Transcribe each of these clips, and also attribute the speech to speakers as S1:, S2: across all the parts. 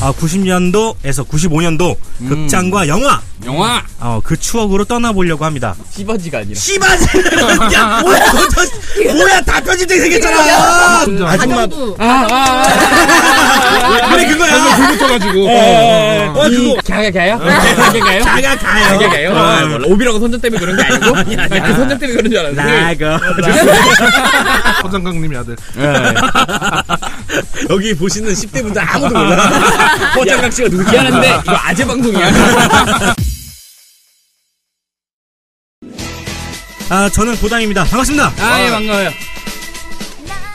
S1: 아, 90년도에서 95년도
S2: 음.
S1: 극장과 영화
S3: 영화
S1: 어, 그 추억으로 떠나보려고 합니다.
S2: 씨바지가 아니라
S1: 씨발! 야, 뭐야, 너, 저, 뭐야, 다 편집되게 생겼잖아! 아줌마, 그래,
S2: 아,
S1: 그거야!
S3: 붙어가지고
S1: 어, 어, 그거.
S2: 갸갸갸요? 갸갸갸요?
S1: 자가 가요.
S2: 갸갸가요? 오비라고 선전 때문에 그런 게 아, 아니고 아니, 그 선전 때문에 그런 줄
S1: 어,
S2: 알았는데
S1: 나가.
S3: 허장강님의 어, 아들
S1: 여기 보시는 10대 분들 아무도 몰라.
S2: 허장각 씨가 누구 미안한데 이거 아재 방송이야
S1: 아, 저는 도당입니다. 반갑습니다.
S2: 아예 반가워요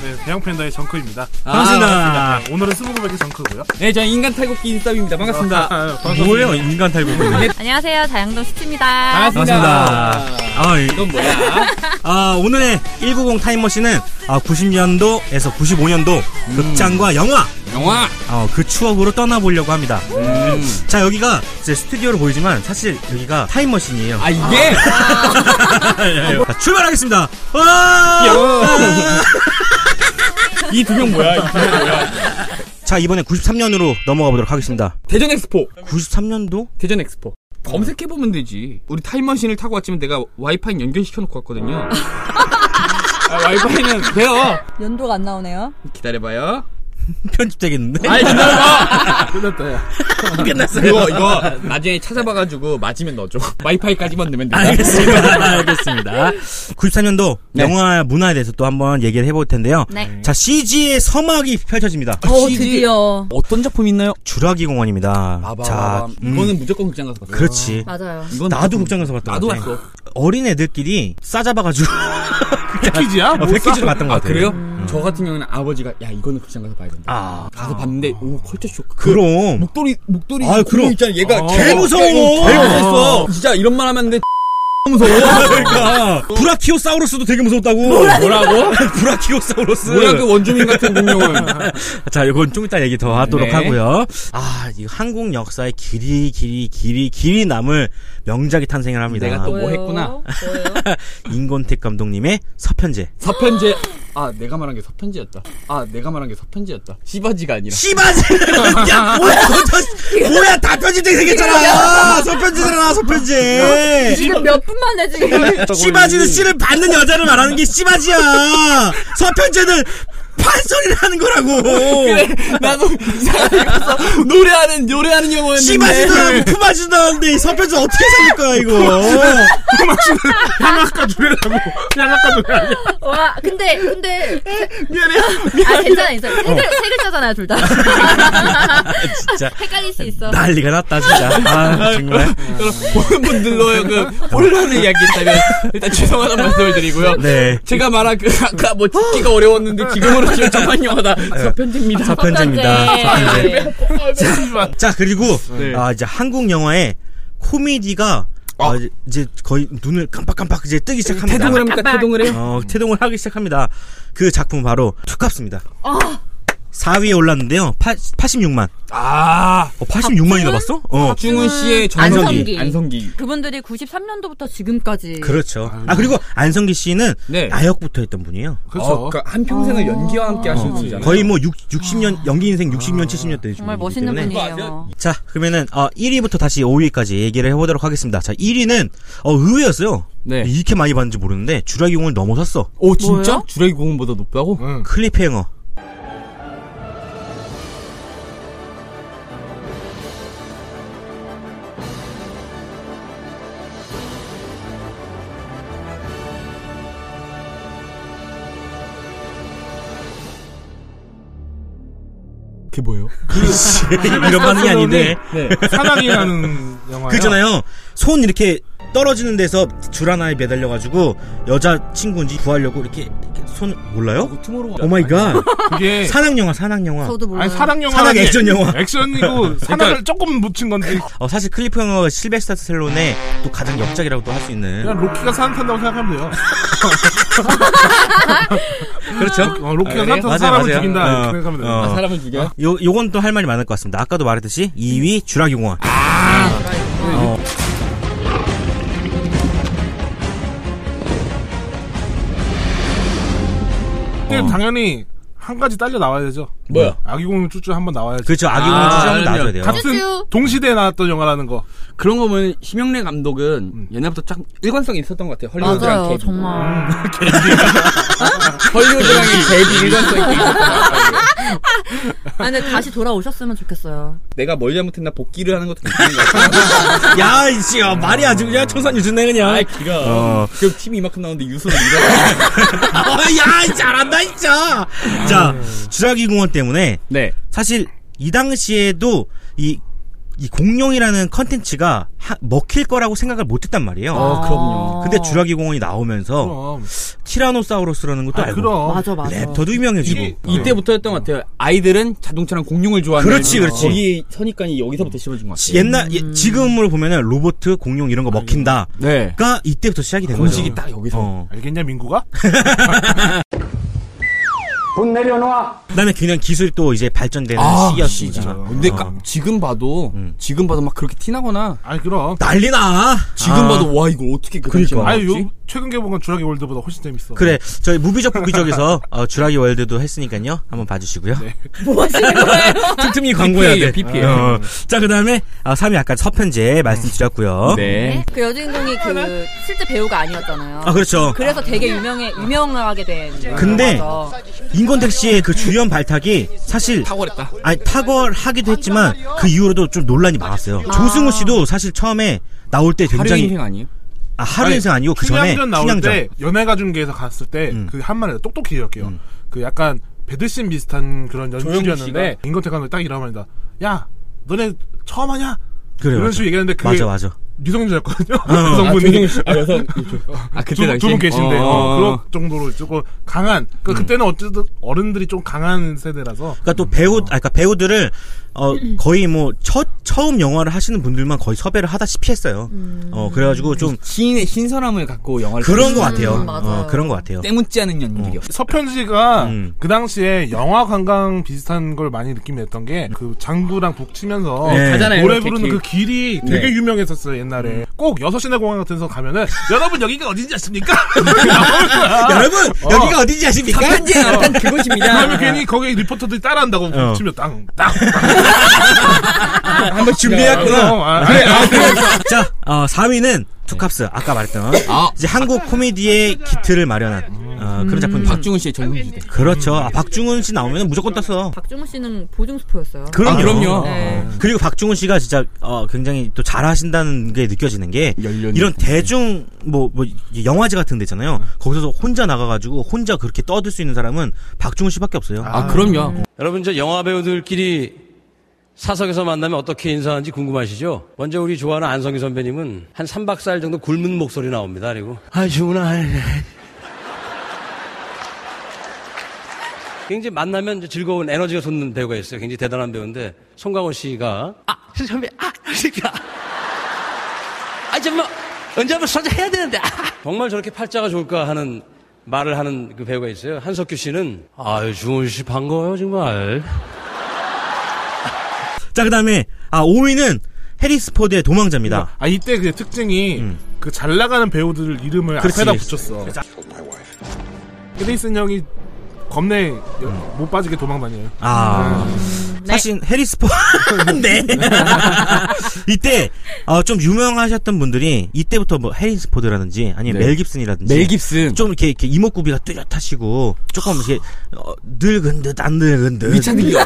S3: 네 대형팬더의 정크입니다 네,
S1: 반갑습니다.
S3: 오늘은 스무고백의 정크고요
S2: 네저 인간 탈곡기 인스타입니다 아, 반갑습니다
S1: 뭐예요, 인간 탈곡.
S4: 안녕하세요, 자양동
S1: 아,
S4: 수치입니다.
S1: 반갑습니다. 아, 이-
S2: 이건 뭐야
S1: 아, 오늘의 190 타임머신은 아, 90년도에서 95년도
S2: 음.
S1: 극장과 영화
S2: 영화
S1: 어, 그 추억으로 떠나보려고 합니다.
S2: 음.
S1: 자, 여기가 이제 스튜디오로 보이지만 사실 여기가 타임머신이에요.
S2: 아 이게 아, 예,
S1: 자, 출발하겠습니다.
S2: 아.
S1: 와!
S2: 이 두 명 뭐야
S1: 자, 이번에 93년으로 넘어가 보도록 하겠습니다.
S2: 대전 엑스포
S1: 93년도?
S2: 대전 엑스포 검색해 보면 되지 우리 타임머신을 타고 왔지만 내가 와이파이 연결시켜 놓고 왔거든요 아, 와이파이는 돼요
S4: 연도가 안 나오네요.
S2: 기다려봐요
S1: 편집되겠는데?
S2: 아이 기다려봐
S3: 끝났다 야
S1: 끝났어요.
S2: 이거 이거 나중에 찾아봐가지고 맞으면 넣어줘 와이파이까지만 넣으면 된다
S1: 알겠습니다. 알겠습니다. 94년도
S2: 네.
S1: 영화 문화에 대해서 또 한번 얘기를 해볼 텐데요.
S4: 네.
S1: 자, CG의 서막이 펼쳐집니다.
S4: 오,
S2: CG.
S4: 드디어.
S2: 어떤 작품 있나요?
S1: 주라기 공원입니다.
S2: 아,
S1: 자, 음,
S2: 이거는 무조건 극장 가서 봤어
S1: 그렇지.
S4: 맞아요.
S2: 이건
S1: 나도 극장 가서 봤던
S2: 나도
S1: 것 같아.
S2: 봤어
S1: 어린 애들끼리 싸잡아가지고
S3: 패키지야?
S1: 아, 패키지로 갔던 것
S2: 아
S1: 같아요.
S2: 그래요? 저 같은 경우는 아버지가 야 이거는 극장 가서 봐야 된다
S1: 아,
S2: 가서 봤는데 오 컬처 쇼크
S1: 그럼.
S2: 목도리 목도리
S1: 아,
S2: 아,
S1: 그럼.
S2: 그럼 있잖아 얘가
S3: 아,
S2: 개
S1: 무서워.
S2: 개 무서웠어 진짜 이런 말 하면 안돼 무서워
S1: 그러니까 브라키오사우루스도 되게 무서웠다고.
S2: 뭐라고?
S1: 브라키오사우루스.
S2: 뭐야 그 원주민 같은 공룡은
S1: 자, 이건 좀 이따 얘기 더 하도록
S2: 네.
S1: 하고요. 아, 이 한국 역사에 길이 길이 길이 길이 남을 명작이 탄생을 합니다.
S2: 내가 또- 뭐
S4: 뭐예요?
S2: 했구나.
S4: 뭐예요?
S1: 인권택 감독님의 서편제.
S2: 서편제 아 내가 말한 게 서편제였다 아 내가 말한 게 서편제였다 씨바지가 아니라
S1: 씨바지! 야, 뭐야, 너, 저, 뭐야, 다 편집되게 생겼잖아! 서편제잖아, 서편제!
S4: 지금 몇 분만 해, 지금.
S1: 씨바지는 씨를 받는 여자를 말하는 게 씨바지야! 서편제는 판소리를 하는 거라고!
S2: 나도 이상하게 가서 노래하는 노래하는 영화였는데
S1: 씨바지도 하고 품아지도 하는데 이 서편제 어떻게 살릴 거야, 이거!
S4: 와, 근데, 근데. 미안해요. 아, 괜찮아, 괜찮아. 세, 글, 세 글자잖아요, 둘 다.
S1: 진짜.
S4: 헷갈릴 수 있어.
S1: 난리가 났다 진짜 아 정말
S2: 보는 분들로 그 혼란을 이야기했다면 일단 죄송하다는 말씀을 드리고요
S1: 네
S2: 제가 말한 그 아까 뭐 듣기가 어려웠는데 지금으로 치면 정말 영화다 서편제입니다
S1: 서편제입니다 서편제
S4: 네.
S1: 자 그리고
S3: 네.
S1: 아 이제 한국 영화의 코미디가 아, 이제 거의 눈을 깜빡깜빡 이제 뜨기 시작합니다
S2: 태동을 합니까 태동을 해요?
S1: 어 태동을 하기 시작합니다 그 작품 은 바로 투캅스입니다 아. 4위에 올랐는데요 8, 86만
S3: 아
S1: 어, 86만이나 봤어? 어
S2: 박중훈 씨의
S1: 안성기.
S2: 정성기 음, 안성기
S4: 그분들이 93년도부터 지금까지.
S1: 그렇죠 아 그리고 안성기 씨는
S2: 네.
S1: 나역부터 했던 분이에요
S3: 그렇죠
S2: 어, 그러니까 한 평생을 연기와 함께 하신 분이잖아요 아.
S1: 거의 뭐 6, 60년 연기 인생 60년 70년 대
S4: 정말 멋있는
S1: 때문에
S4: 분이에요.
S1: 자, 그러면은 어, 1위부터 다시 5위까지 얘기를 해보도록 하겠습니다. 자, 1위는 어, 의외였어요.
S2: 네.
S1: 이렇게 많이 봤는지 모르는데 주라기공을 넘어섰어.
S2: 오 진짜? 주라기 공원보다 높다고?
S3: 응.
S1: 클리프행어.
S2: 그게 뭐예요?
S1: 이런 반응이 아닌데.
S2: 네
S3: 사랑이라는 영화
S1: 그잖아요. 손 이렇게 떨어지는 데서 줄 하나에 매달려가지고 여자 친구인지 구하려고 이렇게, 이렇게 손 몰라요?
S2: 투모로우
S1: 오 마이 갓.
S3: 그게
S1: 산악 영화, 산악 영화.
S4: 저도 몰라요.
S3: 아니 사랑 영화
S1: 산악 액션 영화.
S3: 액션이고 산악을 조금 묻힌 건데
S1: 어, 사실 클리프행어가 실베스터 스텔론의 또 가장 역작이라고 또 할 수 있는.
S3: 그냥 로키가 산악 탄다고 생각하면 돼요
S1: 그렇죠.
S3: 어, 로키가
S2: 아,
S3: 사람
S2: 그래요?
S3: 타서
S1: 맞아요,
S3: 사람을
S1: 맞아요.
S3: 죽인다.
S1: 어,
S3: 그렇게 생각하면 돼요.
S1: 어.
S2: 아, 사람을 죽여?
S1: 요, 요건 또 할 말이 많을 것 같습니다. 아까도 말했듯이 2위 주라기공원. 어.
S3: 근데
S1: 어.
S3: 당연히 한 가지 딸려 나와야 되죠.
S2: 뭐야?
S3: 아기공룡 쭈쭈 한번 나와야죠.
S1: 그렇죠. 아기공원
S2: 아,
S1: 추천하면
S2: 아니요.
S1: 놔줘야 돼요.
S3: 같은
S4: 쭈쭈.
S3: 동시대에 나왔던 영화라는 거.
S2: 그런 거 보면 심영래 감독은
S1: 음.
S2: 옛날부터 쫙 일관성이 있었던 것 같아요. 헐리우드랑
S4: 맞아요,
S2: 개비.
S4: 정말.
S2: 헐리우드랑 개비 일관성이 있었던 것 같아요.
S1: 음.
S4: 아, 근데 다시 돌아오셨으면 좋겠어요.
S2: 내가 뭘 잘못했나 복귀를 하는 것도 괜찮은 것 같아요.
S1: 야, 이씨, 야, 말이 아주 그냥 청산 유준네 그냥.
S2: 아이, 기가.
S1: 어.
S2: 그 팀이 이만큼 나오는데 유수를 잃어.
S1: 어, 야, 잘한다 진짜. 자, 주라기공원 때문에
S2: 네.
S1: 사실 이 당시에도 이, 이 공룡이라는 컨텐츠가 하- 먹힐 거라고 생각을 못했단 말이에요.
S4: 아.
S2: 어, 그럼요.
S1: 근데 주라기공원이 나오면서
S3: 그럼.
S1: 티라노사우루스라는 것도
S3: 아,
S1: 알고
S3: 그럼.
S4: 맞아, 맞아.
S1: 랩터도 유명해지고
S3: 이게-
S2: 이때부터였던 것 같아요. 아이들은 자동차랑 공룡을
S1: 어.
S2: 좋아하는. 어.
S1: 그렇지, 그렇지.
S2: 거기 선입관이 여기서부터 심어진 것 같아요.
S1: 옛날 예, 지금으로 보면은 로봇 공룡 이런 거 먹힌다가
S2: 네.
S1: 이때부터 시작이 된 거죠.
S2: 공식이 딱 여기서.
S1: 그 어.
S3: 알겠냐, 민구가?
S1: 그다음에 그냥 기술이 또 이제 발전되는
S2: 아, 진짜.
S1: 시기였습니다.
S2: 근데 까- 지금 봐도
S1: 음.
S2: 지금 봐도 막 그렇게 티나거나
S3: 아니, 그럼.
S1: 난리나.
S2: 지금
S1: 아.
S2: 봐도 와 이걸 어떻게 그렇게
S1: 그러니까.
S3: 아니,
S2: 나왔지?
S3: 요, 최근 개봉한 주라기 월드보다 훨씬 재밌어.
S1: 아, 그래 저희 무비적 부기적에서 어, 주라기 월드도 했으니까요 한번 봐주시고요
S2: 네.
S4: 뭐 하시는 거예요?
S1: 틈틈이 광고해야 돼
S2: PPL, PPL.
S1: 어. 자 그다음에 아, 3위 아까 서편제 말씀드렸고요
S2: 네.
S4: 그 여주인공이 그, 실제 배우가 아니었잖아요.
S1: 아 그렇죠
S4: 그래서 되게 유명해, 유명하게 된.
S1: 근데
S4: 영화죠.
S1: 인권택 씨의 그 주연 발탁이 사실
S2: 탁월했다.
S1: 아니 탁월하기도 했지만 그 이후로도 좀 논란이 많았어요
S4: 아.
S1: 조승우 씨도 사실 처음에 나올 때
S2: 하루
S1: 굉장히
S2: 인생 아니에요?
S1: 아, 하루 인생 아니고 그 전에
S3: 춘향전 나올
S1: 춘향전 음.
S3: 때 연예가 중계에서 갔을 때 그 한마디 똑똑히 기억해요. 그 약간 배드신 비슷한 그런
S2: 조영구
S3: 연출이었는데 인권택 감독이 딱 이러면 다 야, 너네 처음 하냐?
S1: 그래
S3: 이런
S1: 맞아.
S3: 식으로 얘기하는데 그게
S1: 맞아 어, 맞아
S3: 유성주였거든요.
S2: 아,
S3: 성분이
S2: 조정희 씨. 아, 여성. 아, 그때 당시.
S3: 두분 계신데 어,
S2: 어.
S3: 그런 정도로 조금 강한. 그때
S1: 음.
S3: 는 어쨌든 어른들이 좀 강한 세대라서
S1: 그러니까 또 배우, 아, 그러니까 배우들을 어 거의 뭐 첫 처음 영화를 하시는 분들만 거의 섭외를 하다시피 했어요.
S4: 음.
S1: 어 그래가지고
S3: 음.
S1: 좀
S2: 시인의 신선함을 갖고 영화를
S1: 그런 것 같아요.
S4: 맞아요. 네.
S1: 어, 그런 것 같아요.
S2: 때묻지 않은 연기력.
S3: 서편지가
S1: 음.
S3: 그 당시에 영화 관광 비슷한 걸 많이 느낌이었던 게 그 장구랑 북 치면서
S1: 네.
S2: 가잖아요,
S3: 노래
S2: 이렇게
S3: 부르는
S2: 길.
S3: 그 길이 되게
S1: 네.
S3: 유명했었어요 옛날에 꼭 여섯 시내 공항 같은 데서 가면은 여러분 여기가 어딘지 아십니까?
S1: 여러분 여기가 어딘지 아십니까?
S2: 편지 약간
S3: 그러면
S2: 그것입니다.
S3: 괜히 거기 리포터들이 따라한다고
S1: 어.
S3: 북 치면 땅땅
S2: 한번
S1: 준비했구나.
S3: 아니 아,
S1: 자, 어, 4위는 투캅스 아까 말했던
S2: 아.
S1: 이제 한국 코미디의 기틀을 마련한 어, 그런 작품입니다.
S2: 박중훈 씨의 젊은 시대.
S1: 그렇죠. 아, 박중훈 씨 나오면 무조건 떴어.
S4: 박중훈 씨는 보증 스포였어요.
S1: 그럼요.
S2: 아, 그럼요.
S4: 네.
S1: 그리고 박중훈 씨가 진짜 어, 굉장히 또 잘하신다는 게 느껴지는 게
S2: 열렬히
S1: 이런
S2: 감사합니다.
S1: 대중 뭐 뭐 영화제 같은 데 있잖아요. 거기서 혼자 나가가지고 혼자 그렇게 떠들 수 있는 사람은 박중훈 씨밖에 없어요.
S2: 아, 그럼요.
S5: 여러분 저 영화 배우들끼리 사석에서 만나면 어떻게 인사하는지 궁금하시죠? 먼저 우리 좋아하는 안성기 선배님은 한 3박 4일 정도 굶은 목소리 나옵니다. 그리고 아 주문아 아이, 아이. 굉장히 만나면 이제 즐거운 에너지가 솟는 배우가 있어요. 굉장히 대단한 배우인데 송강호 씨가 아 선배 아 새끼야 아 정말 언제 한번 선제 해야 되는데 아. 정말 저렇게 팔자가 좋을까 하는 말을 하는 그 배우가 있어요. 한석규 씨는 아유 주원 씨 반가워요 정말.
S1: 자 그다음에 아 5위는 해리스포드의 도망자입니다.
S3: 아, 이때 그 특징이 그 잘 나가는 배우들 이름을
S1: 그렇지.
S3: 앞에다 붙였어. 크리슨 형이 겁내 못 빠지게 도망다녀요.
S1: 아 사실 해리스포 네 이때 어, 좀 유명하셨던 분들이 이때부터 뭐 해리스포드라든지 아니면
S2: 네.
S1: 멜 깁슨이라든지
S2: 멜 깁슨.
S1: 좀 이렇게, 이렇게 이목구비가 뚜렷하시고 조금 이렇게 어, 늙은 듯 안 늙은 듯
S2: 미차드기요.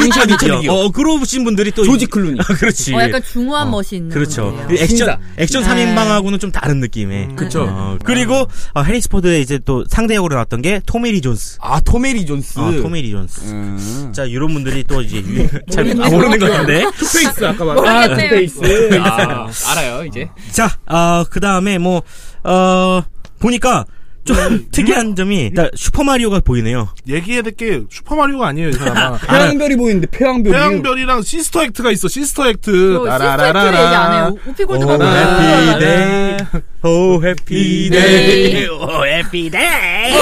S2: 미차드기요.
S1: 어, 그러신 분들이 또
S2: 조지 클루니.
S1: 아, 그렇지.
S4: 어, 약간 중후한 멋이 있는.
S1: 그렇죠.
S4: 분이에요.
S1: 그리고 액션
S2: 신사.
S1: 액션
S4: 네. 음.
S1: 3인방하고는 좀 다른 느낌의.
S2: 그쵸.
S1: 어, 그리고 어, 해리스포드의 이제 또 상대 역으로 나왔던 게 토메리 존스.
S2: 아, 토메리 존스.
S1: 어, 토메리 존스.
S2: 음.
S1: 자, 이런 분들이 또 이제 유- 잘 아, 모르는 것 같은데.
S3: 스페이스 아까 말.
S4: 모르겠어요.
S2: 네. 아, 알아요, 이제.
S1: 자, 어, 그 다음에 뭐, 어, 보니까 좀 특이한 점이 일단 슈퍼마리오가 보이네요.
S3: 얘기해야 될 게 슈퍼마리오가 아니에요, 이 사람아.
S2: 태양별이 보이는데 태양별이.
S3: 태양별이랑 시스터 액트가 있어, 시스터 액트.
S4: 시스터 액트를
S3: 따라라라라.
S4: 뭐
S3: 네.
S4: 얘기 안 해요. 네. 우피골드가
S1: 오
S4: 뭐야?
S1: 해피데이 오 해피데이 오 해피데이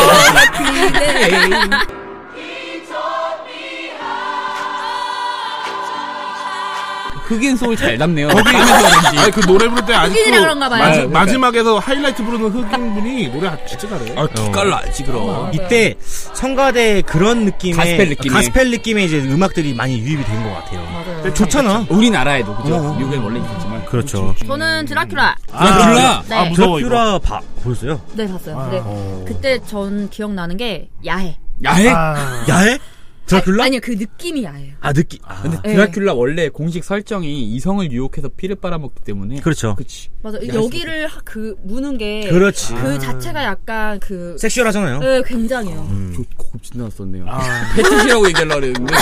S2: 흑인 소울 잘 담네요.
S3: 거기 아니 그 노래 부를 때 아직도
S4: 흑인이라 그런가 봐요.
S3: 마지,
S2: 아, 그러니까.
S3: 마지막에서 하이라이트 부르는 흑인 분이 노래 아- 진짜 잘해요.
S2: 아, 두 깔라지 그럼.
S1: 이때 성가대 그런 느낌의
S2: 가스펠 느낌의.
S1: 가스펠 느낌의 이제 음악들이 많이 유입이 된 것 같아요. 좋잖아.
S2: 우리나라에도 그죠?
S1: 어, 어.
S2: 미국엔 원래 있었지만.
S1: 그렇죠.
S4: 저는 드라큘라.
S2: 아,
S4: 네.
S3: 아, 무서워 이거.
S1: 드라큘라 봐 보였어요?
S4: 네, 봤어요. 근데 그때 전 기억나는 게 야해.
S2: 야해.
S3: 아,
S1: 야해? 드라큘라?
S4: 아니요, 그 느낌이 야해요.
S1: 아 느끼. 아,
S2: 근데
S4: 네.
S2: 드라큘라 원래 공식 설정이 이성을 유혹해서 피를 빨아먹기 때문에.
S1: 그렇죠.
S2: 그치.
S4: 맞아.
S2: 야했어.
S4: 여기를 하- 그 무는 게 그
S1: 그렇지.
S4: 자체가 약간 그
S1: 섹슈얼하잖아요.
S4: 네, 굉장해요.
S1: 음.
S2: 저 고급진 나왔었네요.
S3: 아.
S2: 패티시라고 얘기하려고 그랬는데.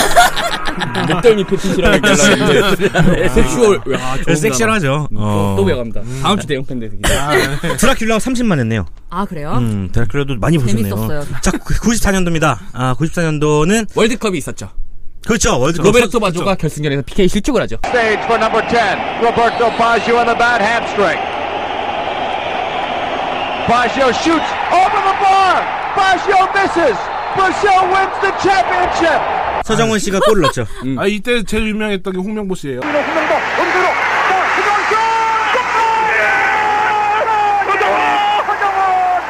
S2: 목덜미 패티시라고 얘기하려고 그랬는데. 섹슈얼. 와, 좋은
S1: 아, 네, 섹시하죠.
S2: 단어.
S1: 어.
S2: 음,
S1: 아, 네.
S2: 또, 또 배워갑니다. 다음 주 대형 팬데믹.
S1: 드라큘라 30만 했네요.
S4: 아, 그래요?
S1: 음, 드라큘라도 많이 보셨네요.
S4: 재밌었어요.
S1: 자, 94년도입니다. 아, 94년도는
S2: 월드컵이 있었죠.
S1: 그렇죠. 월드컵
S2: 로베르토 바조가 결승전에서 PK 실축을 하죠.
S6: stage for number 10. Roberto Baggio on the bad hamstring. Baggio shoots over the bar. Baggio misses. Brazil wins the championship.
S1: 서정원 씨가 골을 넣었죠.
S3: 아, 이때 제일 유명했던 게 홍명보 씨예요.
S6: 홍명보, 홍대로, 골, 그건 골! 골! 허정원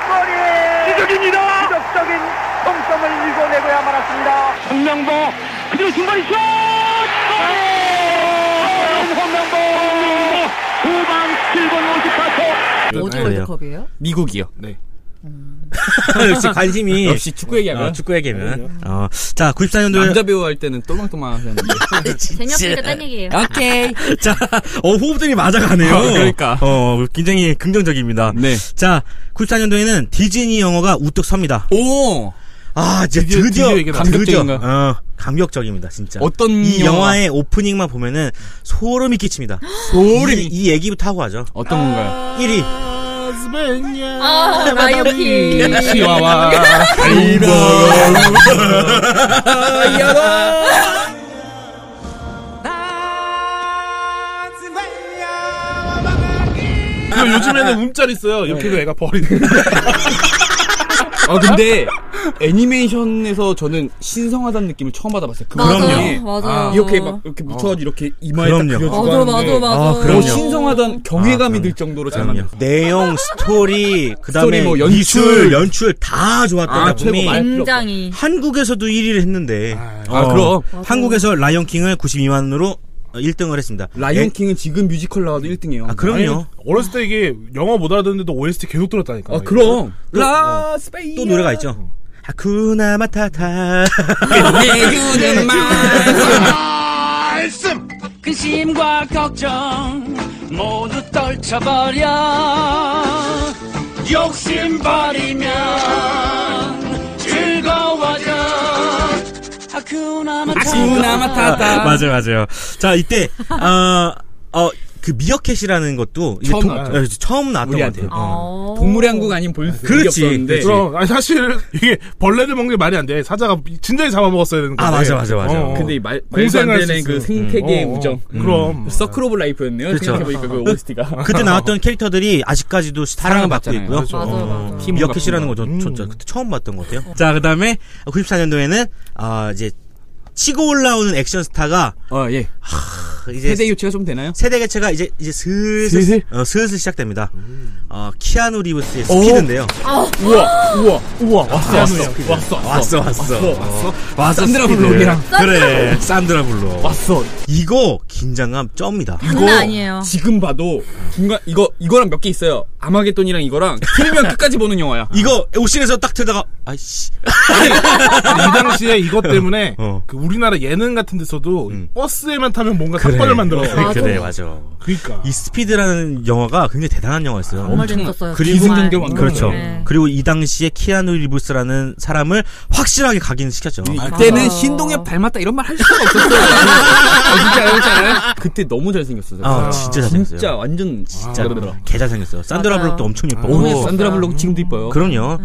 S6: 골이! 기적적인 성성을 이뤄내고야 말았습니다. 골! 아, 홍명보, 후방 7분 58초.
S4: 어디
S1: 네.
S4: 월드컵이에요?
S2: 미국이요.
S3: 네.
S1: 역시 관심이
S2: 역시 축구 얘기하면
S1: 어, 축구 얘기면 어, 자 94년도에
S2: 남자 배우 할 때는 또망또망 하셨는데.
S4: 재미없으니까 딴 얘기예요.
S2: 오케이.
S1: 자, 어, 호흡들이 맞아가네요.
S2: 어, 그러니까.
S1: 어, 굉장히 긍정적입니다.
S2: 네.
S1: 자, 94년도에는 디즈니 영어가 우뚝 섭니다.
S2: 오
S1: 아, 이제
S3: 드디어-
S1: 드디어,
S3: 드디어 이게 나왔어요.
S2: 감격적인가?
S1: 어, 감격적입니다, 진짜.
S2: 어떤
S1: 이
S2: 영화?
S1: 영화의 오프닝만 보면은 소름이 끼칩니다. 이,
S2: 소름이
S1: 이 얘기부터 하고 하죠.
S2: 어떤 건가요?
S1: 1위.
S4: 아,
S2: 음.
S4: 라이오킹.
S2: 치와와
S3: 이거 요즘에는 움짤 있어요. 이렇게 해도 애가 버리는.
S2: 아 근데 애니메이션에서 저는 신성하다는 느낌을 처음 받아봤어요. 그
S4: 맞아,
S2: 와중에
S4: 맞아.
S2: 이렇게 막 이렇게 묻혀가지고 이렇게 이마에 딱
S1: 그럼요.
S2: 그려주고
S4: 맞아, 맞아,
S2: 하는데
S4: 맞아.
S1: 아,
S2: 어,
S1: 그럼요.
S2: 신성하던 경외감이 들 정도로 잘
S1: 그럼요.
S2: 만들었어요.
S1: 내용, 스토리, 그 다음에
S2: 스토리, 뭐, 연출.
S1: 미술, 연출 다 좋았던
S2: 아,
S1: 작품이
S2: 최고 많이-
S4: 굉장히.
S1: 한국에서도 1위를 했는데
S2: 아, 그럼.
S1: 한국에서 라이언킹을 92만으로 1등을 했습니다.
S2: 네.
S1: 예,
S2: 라이온킹은 지금 뮤지컬 나와도 1등이에요.
S1: 아, 그럼요.
S3: 어렸을 때 이게 영어 못 알아듣는데도 OST 계속 들었다니까.
S2: 아 그럼 라스베이아
S1: 또 노래가 있죠. 하쿠나 마타타.
S2: 아, 내주는 말
S5: 근심과 걱정 모두 떨쳐버려 욕심 버리면 즐거워져 하쿠나 마타타
S2: 아쿠나마타타
S1: 맞아요, 맞아요. 자, 이때, 어, 어, 그 미어캣이라는 것도 이게
S2: 처음
S1: 동-
S2: 나왔죠.
S1: 예, 처음 나왔던 것 같아요.
S2: 우리한테.
S1: 어.
S4: 어.
S2: 동물의 한국 아니면 볼 수
S1: 그렇지.
S2: 없었는데
S1: 그렇지.
S3: 그럼 아니, 사실 이게 벌레를 먹는 게 말이 안 돼. 사자가 진작에 잡아먹었어야 되는 건데.
S1: 아, 맞아, 맞아, 맞아.
S3: 어, 어.
S2: 근데 이 말, 말도 안
S3: 공생할 수
S2: 되는 그
S3: 있어.
S2: 생태계의
S3: 어, 어.
S2: 우정
S3: 그럼.
S2: 서클 오브 라이프였네요
S1: 그렇죠.
S2: 생각해보니까 음. 그 OST가
S1: 그때 나왔던 캐릭터들이 아직까지도 사랑을 받고
S2: 받잖아요.
S1: 있고요. 어,
S3: 맞아.
S4: 맞아, 맞아.
S2: 팀
S1: 미어캣이라는 거 저, 저, 저 그때 처음 봤던 것 같아요. 자, 그 다음에 94년도에는, 아, 이제, 치고 올라오는 액션 스타가,
S2: 아, 어예
S1: 크, 이제,
S2: 세대 교체가 좀 되나요?
S1: 세대 개체가 이제, 이제 슬슬,
S2: 슬슬?
S1: 어, 슬슬 시작됩니다. 어, 키아누 리브스의 스피드인데요.
S2: 우와 우와 우와 왔어 아, 왔어
S1: 왔어,
S2: 왔어
S1: 왔어. 어, 왔어.
S2: 산드라
S1: 스피드.
S2: 블록이랑.
S1: 그래, 산드라 블록.
S2: 왔어
S1: 이거 긴장감 쩝니다.
S4: 장난 아니에요.
S2: 지금 봐도 중간 이거 이거랑 몇 개 있어요 아마겟돈이랑 이거랑 틀면 끝까지 보는 영화야
S1: 이거 옥신에서 딱 틀다가 아이씨
S3: 이 당시에 이것 때문에
S1: 어. 음.
S3: 그 우리나라 예능 같은 데서도 버스에만 타면 뭔가 족발을 만들어. 그러니까.
S4: 맞아.
S1: 그래 네, 맞아.
S3: 그니까.
S1: 이 스피드라는 영화가 굉장히 대단한 영화였어요.
S4: 정말 재밌었어요.
S2: 그리고- 기승전결 완전
S1: 그렇죠.
S4: 네.
S1: 그리고 이 당시에 키아누 리브스라는 사람을 확실하게 각인시켰죠.
S2: 이때는 아, 신동엽 닮았다 이런 말 할 수가 없었어요. 아, 진짜 알잖아요. 그때 너무 잘생겼어요.
S1: 아, 진짜 잘생겼어요.
S2: 진짜 아, 완전
S1: 진짜
S2: 진짜
S1: 개잘 생겼어요. 산드라
S4: 맞아요.
S1: 블록도 엄청 예뻐.
S2: 오,
S1: 고
S2: 산드라 블록 지금도 이뻐요.
S1: 그럼요.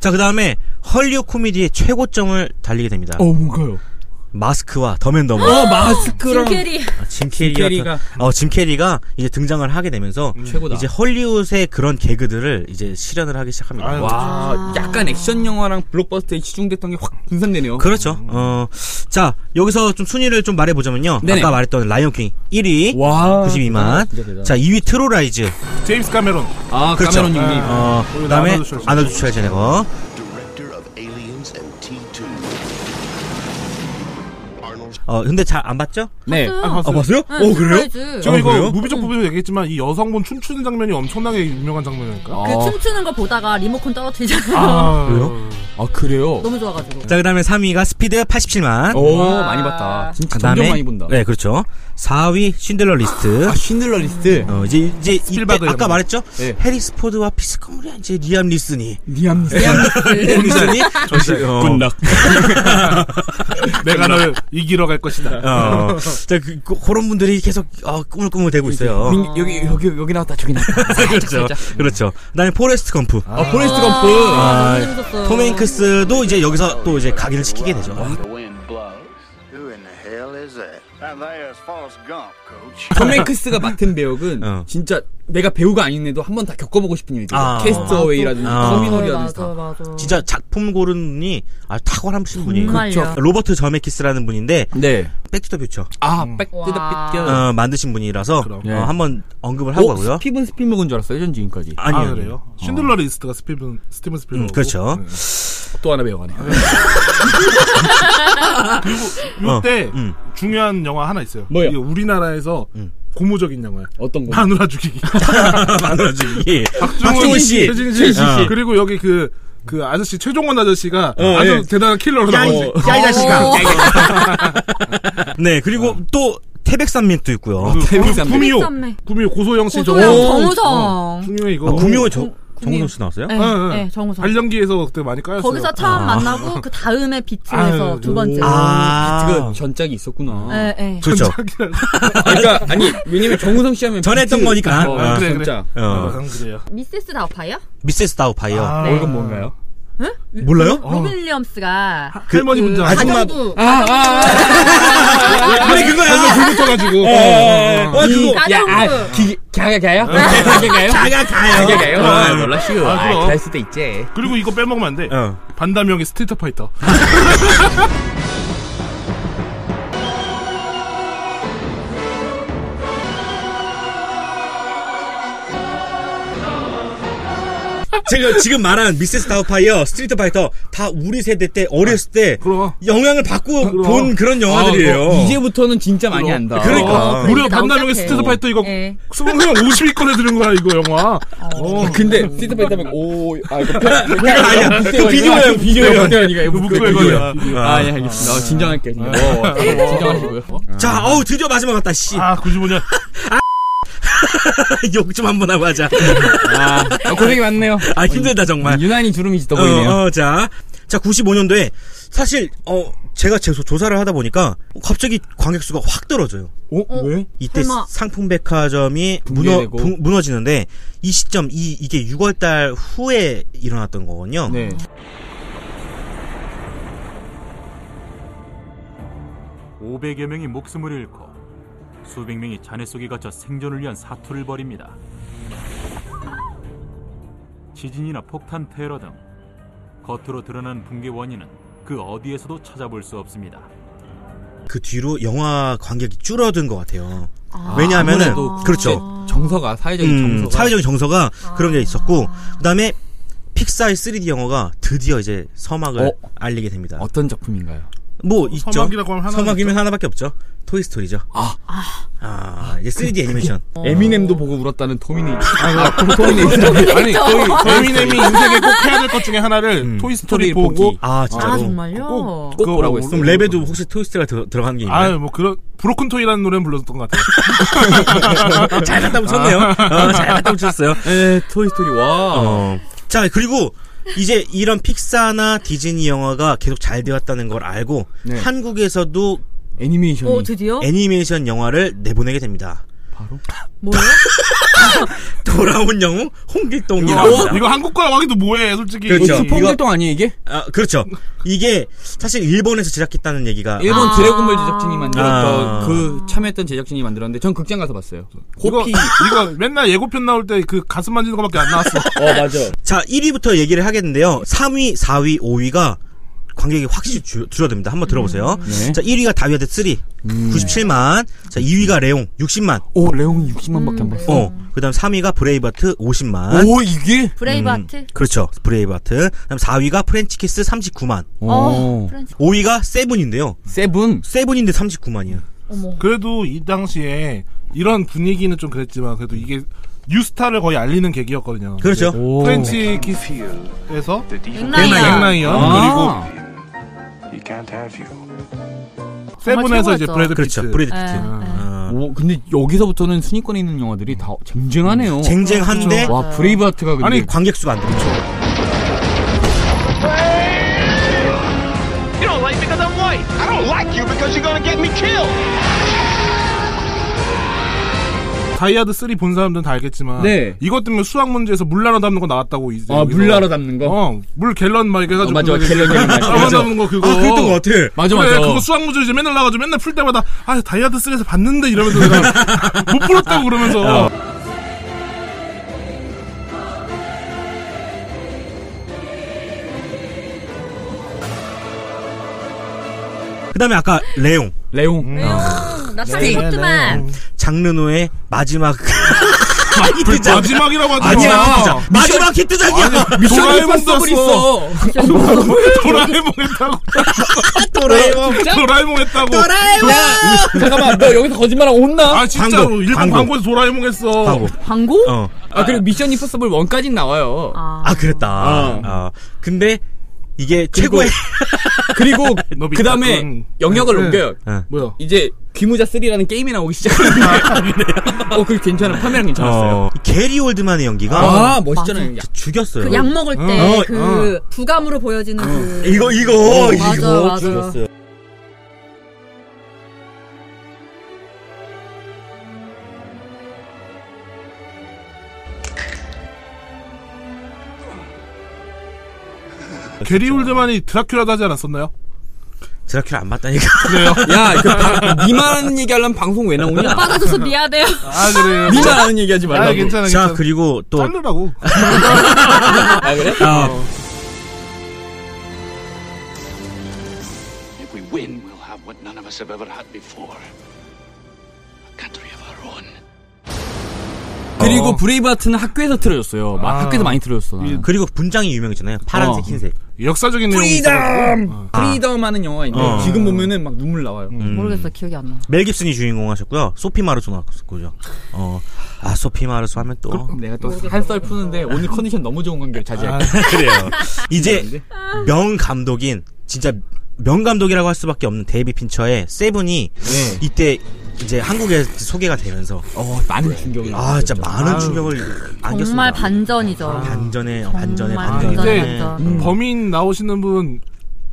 S1: 자, 그 다음에 헐리우 코미디의 최고점을 달리게 됩니다.
S2: 어 뭔가요?
S1: 마스크와 더맨더머.
S2: 어 마스크랑
S4: 김캐리
S1: 아, 짐 캐리가,
S2: 짐 캐리가. 음.
S1: 어, 짐 캐리가 이제 등장을 하게 되면서
S2: 최고다.
S1: 이제 헐리우드의 그런 개그들을 이제 실현을 하기 시작합니다.
S3: 아유,
S2: 와 약간 액션 영화랑 블록버스터에 치중됐던 게 확 분산되네요.
S1: 그렇죠. 어, 자, 여기서 좀 순위를 좀 말해보자면요.
S2: 네네.
S1: 아까 말했던 라이언 킹 1위.
S2: 와
S1: 92만.
S2: 진짜 대단하다.
S1: 자, 2위 트로라이즈.
S3: 제임스 카메론.
S2: 아
S1: 그렇죠.
S2: 카메론 형님.
S1: 어,
S3: 거기
S1: 그 다음에
S3: 아놀드 슈왈제네거.
S1: 아놀드 슈왈제네거.
S7: director of Aliens and T2. Arnold
S1: 어, 근데 잘 안 봤죠?
S2: 네.
S4: 아,
S3: 봤어요.
S1: 봤어요?
S4: 네,
S1: 어, 그래요?
S4: 트로이즈.
S3: 제가
S1: 아,
S3: 이거
S1: 그래요?
S3: 무비적 부비에서 얘기했지만 이 여성분 춤추는 장면이 엄청나게 유명한
S2: 아,
S3: 장면이니까.
S1: 아,
S4: 그
S2: 어.
S4: 춤추는 거 보다가 리모컨 떨어뜨리잖아요.
S3: 그래요?
S2: 아 그래요?
S4: 너무 좋아가지고.
S1: 자, 그 다음에 3위가 스피드 87만.
S2: 오
S4: 와.
S2: 많이 봤다. 진짜
S1: 그
S2: 점점
S1: 다음에.
S2: 많이 본다.
S1: 네, 그렇죠. 4위 신들러 리스트.
S2: 아 쉰들러 리스트.
S1: 어, 이제, 이제, 이때
S2: 스필버그
S1: 아까
S2: 이런
S1: 말했죠?
S2: 네.
S1: 해리스포드와 피스커물이 이제 리암 리스니.
S2: 니암 리스트. 네.
S1: 리암 리스니? 어,
S3: 내가 너를 이기러 갈 것이다.
S1: 어. 자, 그, 그, 그런 분들이 계속, 어, 꾸물꾸물 대고 있어요.
S2: 민- 여기 여기 여기 나왔다 저기 나왔다.
S1: 그렇죠. 그렇죠. 그 다음에 포레스트 검프.
S2: 아 포레스트 검프.
S4: 아,
S1: 아,
S4: 너무 재밌었어요.
S1: 톰 행크스도 이제 여기서 또 이제 각인을 시키게 되죠.
S6: 아.
S7: Who in the hell is that? And there's Forrest Gump, coach.
S2: 톰 랭크스가 맡은 배역은
S1: 어.
S2: 진짜 내가 배우가 아닌 애도 한 번 다 겪어보고 싶은 일이죠.
S1: 아.
S2: 캐스터웨이라든지
S1: 아.
S2: 터미널이라든지
S4: 맞아,
S2: 다.
S4: 맞아.
S1: 진짜 작품 고르니 아, 탁월하신 분이.
S4: 정말요. 그렇죠.
S1: 로버트 저메키스라는 분인데
S2: 네.
S1: 백투더퓨처
S2: 아 백뜨다
S4: 와.
S2: 뺏겨.
S1: 어, 만드신 분이라서
S3: 그럼.
S1: 어,
S2: 예.
S1: 한번 언급을 하고
S2: 어,
S1: 가고요.
S2: 스티븐 스필먹은 줄 알았어요 전 지금까지.
S1: 아니요.
S3: 아, 그래요? 신들러 리스트가 스티븐 스티븐 네. 스필러.
S1: 음, 그렇죠.
S2: 또 하나 배워가네요.
S1: 어,
S3: 이때
S1: 음.
S3: 중요한 영화 하나 있어요.
S2: 뭐요?
S3: 이게 우리나라에서 고무적인 영화야.
S2: 어떤 거?
S3: 마누라 죽이기.
S1: 만들어주기. 박종훈 씨.
S3: 최진
S2: 최진 씨.
S3: 씨. 어. 그리고 여기 그, 그 아저씨, 최종원 아저씨가 아주
S1: 예.
S3: 대단한 킬러로 나오지. 어.
S1: 야, 이 자식아. 네, 그리고 또 태백산맥도 있고요.
S3: 아,
S2: 태백산맥.
S3: 구미호.
S4: 태백산맥.
S3: 구미호 고소영 씨 저거.
S4: 고소영, 정우성.
S3: 구미호 이거.
S1: 아, 구미호에 저, 정우성
S4: 어, 구미호.
S1: 씨 나왔어요?
S4: 네,
S3: 어, 어.
S4: 네, 정우성.
S3: 발령기에서 그때 많이 까였어요.
S4: 거기서 처음 만나고 그 다음에 비트에서
S3: 아유,
S4: 두 번째.
S1: 아,
S2: 그 전작이 있었구나.
S4: 예, 예.
S1: 그렇죠.
S2: 그러니까 아니 왜냐면 정우성 씨 하면
S1: 전에 했던
S2: 비트-
S1: 거니까.
S2: 어,
S1: 아,
S3: 그래, 그래.
S2: 진짜.
S1: 어,
S3: 그 그래요.
S4: 미세스 다우파이요?
S1: 미세스 다우파이어.
S3: 아,
S4: 네.
S2: 이건 뭔가요?
S1: 몰라요?
S4: 로빈 윌리엄스가
S3: 할머니 혼자.
S1: 어. 그 아줌마-
S4: 가정부
S1: 그래,
S3: 아,
S1: 그거야.
S3: 붙어가지고.
S1: 와, 그거.
S2: 야,
S4: 가정부
S2: 아, 기, 가가 가요? 가가 가요?
S1: 자가 가요.
S2: 가가 가요? 아, 놀라시오.
S3: 아,
S2: 아,
S3: 그럼.
S2: 그럴 수도 있지.
S3: 그리고 이거 빼먹으면 안 돼.
S1: 어.
S3: 반담이 형의 스트리트 파이터.
S1: 제가 지금 말한 미세스 다우파이어, 스트리트 파이터 다 우리 세대 때 어렸을 때
S3: 그럼.
S1: 영향을 받고
S3: 그럼.
S1: 본 그런 영화들이에요.
S2: 아, 뭐, 이제부터는 진짜 많이 안다. 어.
S1: 그러니까.
S3: 어, 무려
S4: 나오기
S3: 반담형의
S4: 시작해.
S3: 스트리트 파이터 이거
S4: 예.
S3: 수능 그냥 50위권에 드는 거야 이거 영화. 어.
S2: 아, 근데 스티드파이 타면 오, 아 이거 편-
S1: 아니야.
S2: 편-
S1: 그 비디오예요,
S2: 편-
S1: 비디오예요.
S2: 편- 이거
S3: 이거
S2: 묶어요,
S3: 묶어요.
S2: 이거.
S1: 아.
S2: 아, 예, 알겠습니다. 어, 진정할게요. 진정. 어, 진정하시고요.
S1: 자, 어우, 드디어 마지막 왔다, 씨.
S3: 아 95년.
S1: 욕 좀 한 번 하고 하자.
S2: 아, 어, 고생이 많네요.
S1: 아, 힘들다, 정말.
S2: 유난히 주름이 짙어 보이네요.
S1: 어, 어, 자. 자, 95년도에 사실, 어, 제가 제 조사를 하다 보니까 갑자기 관객수가 확 떨어져요.
S2: 어? 왜?
S1: 이때
S4: 설마.
S1: 상품백화점이 무너,
S2: 붕괴되고.
S1: 붕- 무너지는데 이 시점, 이, 이게 6월달 후에 일어났던 거거든요.
S2: 네.
S8: 수백 명이 잔해 속에 갇혀 생존을 위한 사투를 벌입니다. 지진이나 폭탄 테러 등 겉으로 드러난 붕괴 원인은 그 어디에서도 찾아볼 수 없습니다.
S1: 그 뒤로 영화 관객이 줄어든 것 같아요. 왜냐하면은,
S2: 아무래도
S1: 그렇죠.
S2: 정서가 사회적인
S1: 음,
S2: 정서가
S1: 사회적인 정서가
S4: 아.
S1: 그런 게 있었고, 그 다음에 픽사의 3D 영화가 드디어 이제 서막을
S2: 어?
S1: 알리게 됩니다.
S2: 어떤 작품인가요?
S1: 뭐 있죠.
S3: 서막이라고 하면 하나
S1: 서막이면 하나밖에 없죠. 토이스토리죠.
S2: 아.
S1: 아, 이제 3D 애니메이션.
S2: 에미넴도 보고 울었다는 토미네. 어. 아, 토미네.
S3: 아니 거의 에미넴이 인생에 꼭 해야 될 것 중에 하나를 토이스토리
S2: 토이스토리
S3: 보고
S2: 보기.
S1: 아, 진짜로.
S4: 아 정말요?
S3: 꼭,
S2: 꼭
S3: 그거
S2: 보라고 했어.
S1: 그럼 랩에도 혹시 토이스토리가 들- 들어간 게 있나요?
S3: 아유 뭐 그런 브로큰 토이라는 노래는 불렀던 것 같아요.
S2: 아,
S1: 잘 갖다 붙였네요. 어, 잘 갖다 붙였어요.
S2: 에, 토이스토리, 와.
S1: 어. 자, 그리고 이제 이런 픽사나 디즈니 영화가 계속 잘 되었다는 걸 알고
S2: 네.
S1: 한국에서도
S2: 애니메이션이.
S4: 오 드디어?
S1: 음. 애니메이션 영화를 내보내게 됩니다.
S4: 뭐요?
S1: 돌아온 영웅
S3: 이거,
S1: 홍길동이라고.
S3: 이거 한국 거랑 왕이도 뭐해 솔직히.
S1: 어? 그렇죠.
S2: 엑스
S1: 이거-
S2: 펑길동 아니에요, 이게?
S1: 아, 그렇죠. 이게 사실 일본에서 제작했다는 얘기가
S2: 일본
S4: 아.
S2: 드래곤볼 제작진이 만들었던
S1: 아.
S2: 그 참여했던 제작진이 만들었는데 전 극장 가서 봤어요. 고피.
S3: 이거, 이거 맨날 예고편 나올 때 그 가슴 만지는 거밖에 안 나왔어.
S2: 어 맞아.
S1: 자, 1위부터 얘기를 하겠는데요. 3위, 4위, 5위가 관객이 확실히 줄, 줄어듭니다. 한번 들어보세요.
S2: 네.
S1: 자, 1위가 다이어드 3, 97만. 자, 2위가 레옹, 60만.
S2: 오 레옹이 60만밖에 안 봤어.
S1: 어, 그 다음 3위가 브레이버트, 50만.
S2: 오 이게?
S4: 브레이브하트?
S1: 그렇죠. 브레이버트. 그 다음 4위가 프렌치키스 39만.
S4: 어
S2: 오.
S4: 프렌치
S1: 5위가 세븐인데요.
S2: 세븐.
S1: 세븐인데 39만이야.
S4: 어머
S3: 그래도 이 당시에 이런 분위기는 좀 그랬지만 그래도 이게 뉴스타를 거의 알리는 계기였거든요.
S1: 그렇죠.
S3: 이제 프렌치 키스에서
S4: 네. 빅라이언
S3: 백라이언
S2: 아.
S3: 그리고 세븐에서 이제
S4: 최고였죠.
S3: 브래드 피트.
S1: 그렇죠. 브레이드 피트.
S4: 에,
S1: 어,
S2: 오 근데 여기서부터는 순위권에 있는 영화들이 다 음, 쟁쟁하네요.
S1: 어. 쟁쟁한데
S2: 그렇죠. 와 브레이브하트가 근데
S3: 아니,
S1: 관객 수가 안 들죠.
S6: You don't like me because I'm white. I don't like you because you're gonna get me killed.
S3: 다이아드 3 본 사람들은 다 알겠지만
S2: 네.
S3: 이것 때문에 수학 문제에서 물 나눠 담는 거 나왔다고 이제
S2: 아,
S3: 여기서.
S2: 물 나눠 담는 거?
S3: 어, 물 갤런 막 이렇게 해가지고
S2: 어, 맞아,
S3: 그거 이제
S2: 갤런 형이 맞아.
S3: 나눠 담는 거 그거
S1: 아, 그랬던 것 같아.
S2: 맞아 맞아.
S3: 그래, 그거 수학 문제 이제 맨날 나가지고 맨날 풀 때마다 아 다이아드 3에서 봤는데 이러면서 내가 못 풀었다고 그러면서
S2: 어.
S1: 그 다음에 아까 레옹.
S2: 음. 레옹. 어.
S4: 나타니 포트만
S1: 장르노의 마지막 히트작.
S3: 마지막이라고 하지
S1: 아니야.
S3: 마.
S1: 히트작. 마지막 히트작이야.
S2: 미션
S3: 도라에몽
S2: 임파서블
S3: 떴어.
S2: 있어.
S3: 도라에몽 했다고.
S1: 도라에몽.
S3: 도라에몽 했다고.
S1: 도라에몽.
S2: 잠깐만 너 여기서 거짓말하고 혼나?
S3: 아 진짜로
S1: 광고,
S3: 일본
S1: 광고.
S3: 광고. 에서 도라에몽 했어.
S1: 하고.
S4: 광고?
S1: 어.
S2: 아 그리고 미션 임파서블 1까진 나와요.
S4: 아,
S1: 아 그랬다.
S2: 어.
S1: 어. 근데 이게
S2: 그리고-
S1: 최고의
S2: 그리고 그
S3: 노비타
S2: 다음에 음.
S3: 그런-
S2: 영역을
S3: 네.
S2: 옮겨요.
S1: 어.
S3: 뭐야?
S2: 이제 귀무자 3라는 게임이 나오기 시작하는데. 어, 그 괜찮아. 판매량 괜찮았어요.
S1: 어. 게리 올드만의 연기가
S2: 아, 멋있잖아요.
S1: 진짜 죽였어요.
S4: 그 약 먹을 때
S1: 어,
S4: 그 부감으로 보여지는 그
S1: 이거 이거
S4: 맞아,
S1: 이거
S4: 맞아.
S1: 죽였어요.
S3: 게리 홀드만이 드라큘라도 하지 않았었나요?
S1: 드라큘라 안 맞다니까.
S3: 그래요.
S2: 야, 그 방, 니만 하는 얘기 하려면 방송 왜 나오냐?
S4: 빠져줘서 미안해요
S3: 아 그래요.
S2: 니만 하는 얘기 하지 말라고.
S3: 아 괜찮아
S1: 자
S3: 괜찮아.
S1: 그리고 또
S3: 자르라고.
S2: 아, 그래?
S1: 어.
S7: If we win, we'll have what none of us have ever had before a country of our own.
S2: 그리고
S1: 어.
S2: 브레이브하트는 학교에서 틀어줬어요. 막
S3: 아.
S2: 학교에서 많이 틀어줬어. 나는.
S1: 그리고 분장이 유명했잖아요. 파란색,
S2: 어.
S1: 흰색.
S3: 역사적인 내용이 있어가지고.
S2: 프리덤! 프리덤 하는 영화인데,
S1: 음. 어. 음.
S2: 지금 보면은 막 눈물 나와요.
S4: 모르겠어 기억이 안나
S1: 멜 깁슨이 주인공 하셨고요. 소피 마르소 나왔었고요. 어, 아 소피 마르소 하면 또
S2: 내가 또 한 썰 푸는데, 오늘 컨디션 너무 좋은 관계로
S3: 아,
S2: 자제할게.
S1: 그래요. 이제 명 감독인 진짜 명 감독이라고 할 수밖에 없는 데이비 핀처의 세븐이
S2: 네.
S1: 이때 이제 한국에 소개가 되면서
S2: 어, 많은 충격이.
S1: 아 진짜 많은 충격을 안겼습니다.
S4: 정말 반전이죠
S1: 아. 반전에 반전에
S4: 정말
S1: 반전에
S4: 반전에.
S3: 이때
S4: 맞아.
S3: 범인 나오시는 분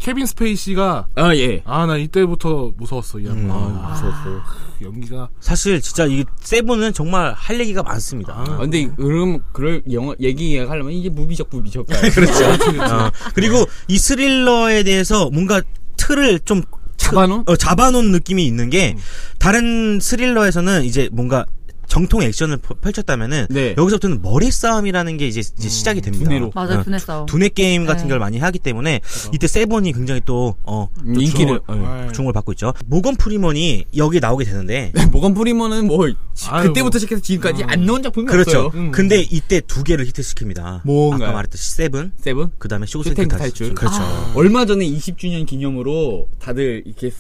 S3: 케빈 스페이시가
S2: 아, 예.
S3: 아 나 이때부터 무서웠어 이 양반.
S1: 아,
S3: 무서웠어. 연기가
S1: 사실 진짜 이 세븐은 정말 할 얘기가 많습니다.
S2: 아, 근데, 그럼, 그럴 영화, 얘기하려면 이게 무비적 무비적.
S1: 그렇죠. 어, 그리고 이 스릴러에 대해서 뭔가 틀을 좀
S2: 잡아놓은? 음.
S1: 어, 잡아놓은 느낌이 있는 게 다른 스릴러에서는 이제 뭔가 정통 액션을 펼- 펼쳤다면은
S2: 네. 음,
S1: 여기서부터는 머리 싸움이라는 게 이제, 이제 시작이 됩니다.
S2: 두뇌로.
S4: 맞아요
S1: 어,
S4: 분해 싸움
S1: 두뇌 게임 같은
S4: 네.
S1: 걸 많이 하기 때문에 이때 세븐이 굉장히 또 어,
S2: 인기를. 어.
S1: 주목을 받고 있죠. 모건 프리먼이 여기 나오게 되는데
S2: 모건 프리먼은 뭐 지-
S3: 아유,
S2: 그때부터 시작해서 지금까지 안 나온 작품이
S1: 그렇죠.
S2: 없어요. 음.
S1: 근데 이때 두 개를 히트시킵니다.
S2: 뭔가요?
S1: 아까 말했듯이 세븐,
S2: 세븐.
S1: 그다음에 쇼생크
S2: 쇼생크
S4: 아.
S1: 탈출.
S2: 탈출.
S1: 그렇죠.
S2: 얼마 전에 20주년 기념으로 다들 이렇게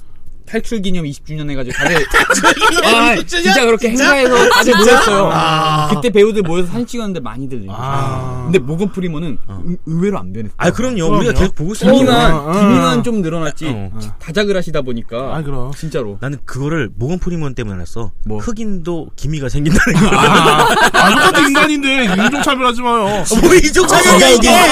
S2: 탈출 기념 20주년 해가지고 다들 아, 진짜 아. 그렇게 행사해서 다들 모였어요. 그때 배우들 모여서 사진 찍었는데 많이들 읽었어요. 근데 모건 프리먼은 의- 의외로 안 변했어.
S1: 아 그럼요. 우리가 계속 보고 있으니까.
S2: 기미만
S3: 어, 어,
S2: 기미만
S3: 어.
S2: 좀 늘어났지
S1: 어.
S2: 다작을 하시다 보니까
S3: 아, 그럼.
S2: 진짜로
S1: 나는 그거를 모건 프리먼 때문에 알았어.
S2: 뭐?
S1: 흑인도 기미가 생긴다는 거.
S3: 아, 똑같은 인간인데 인종차별하지 마요.
S2: 아,
S1: 뭐 이종차별이야 이게.
S2: 뭐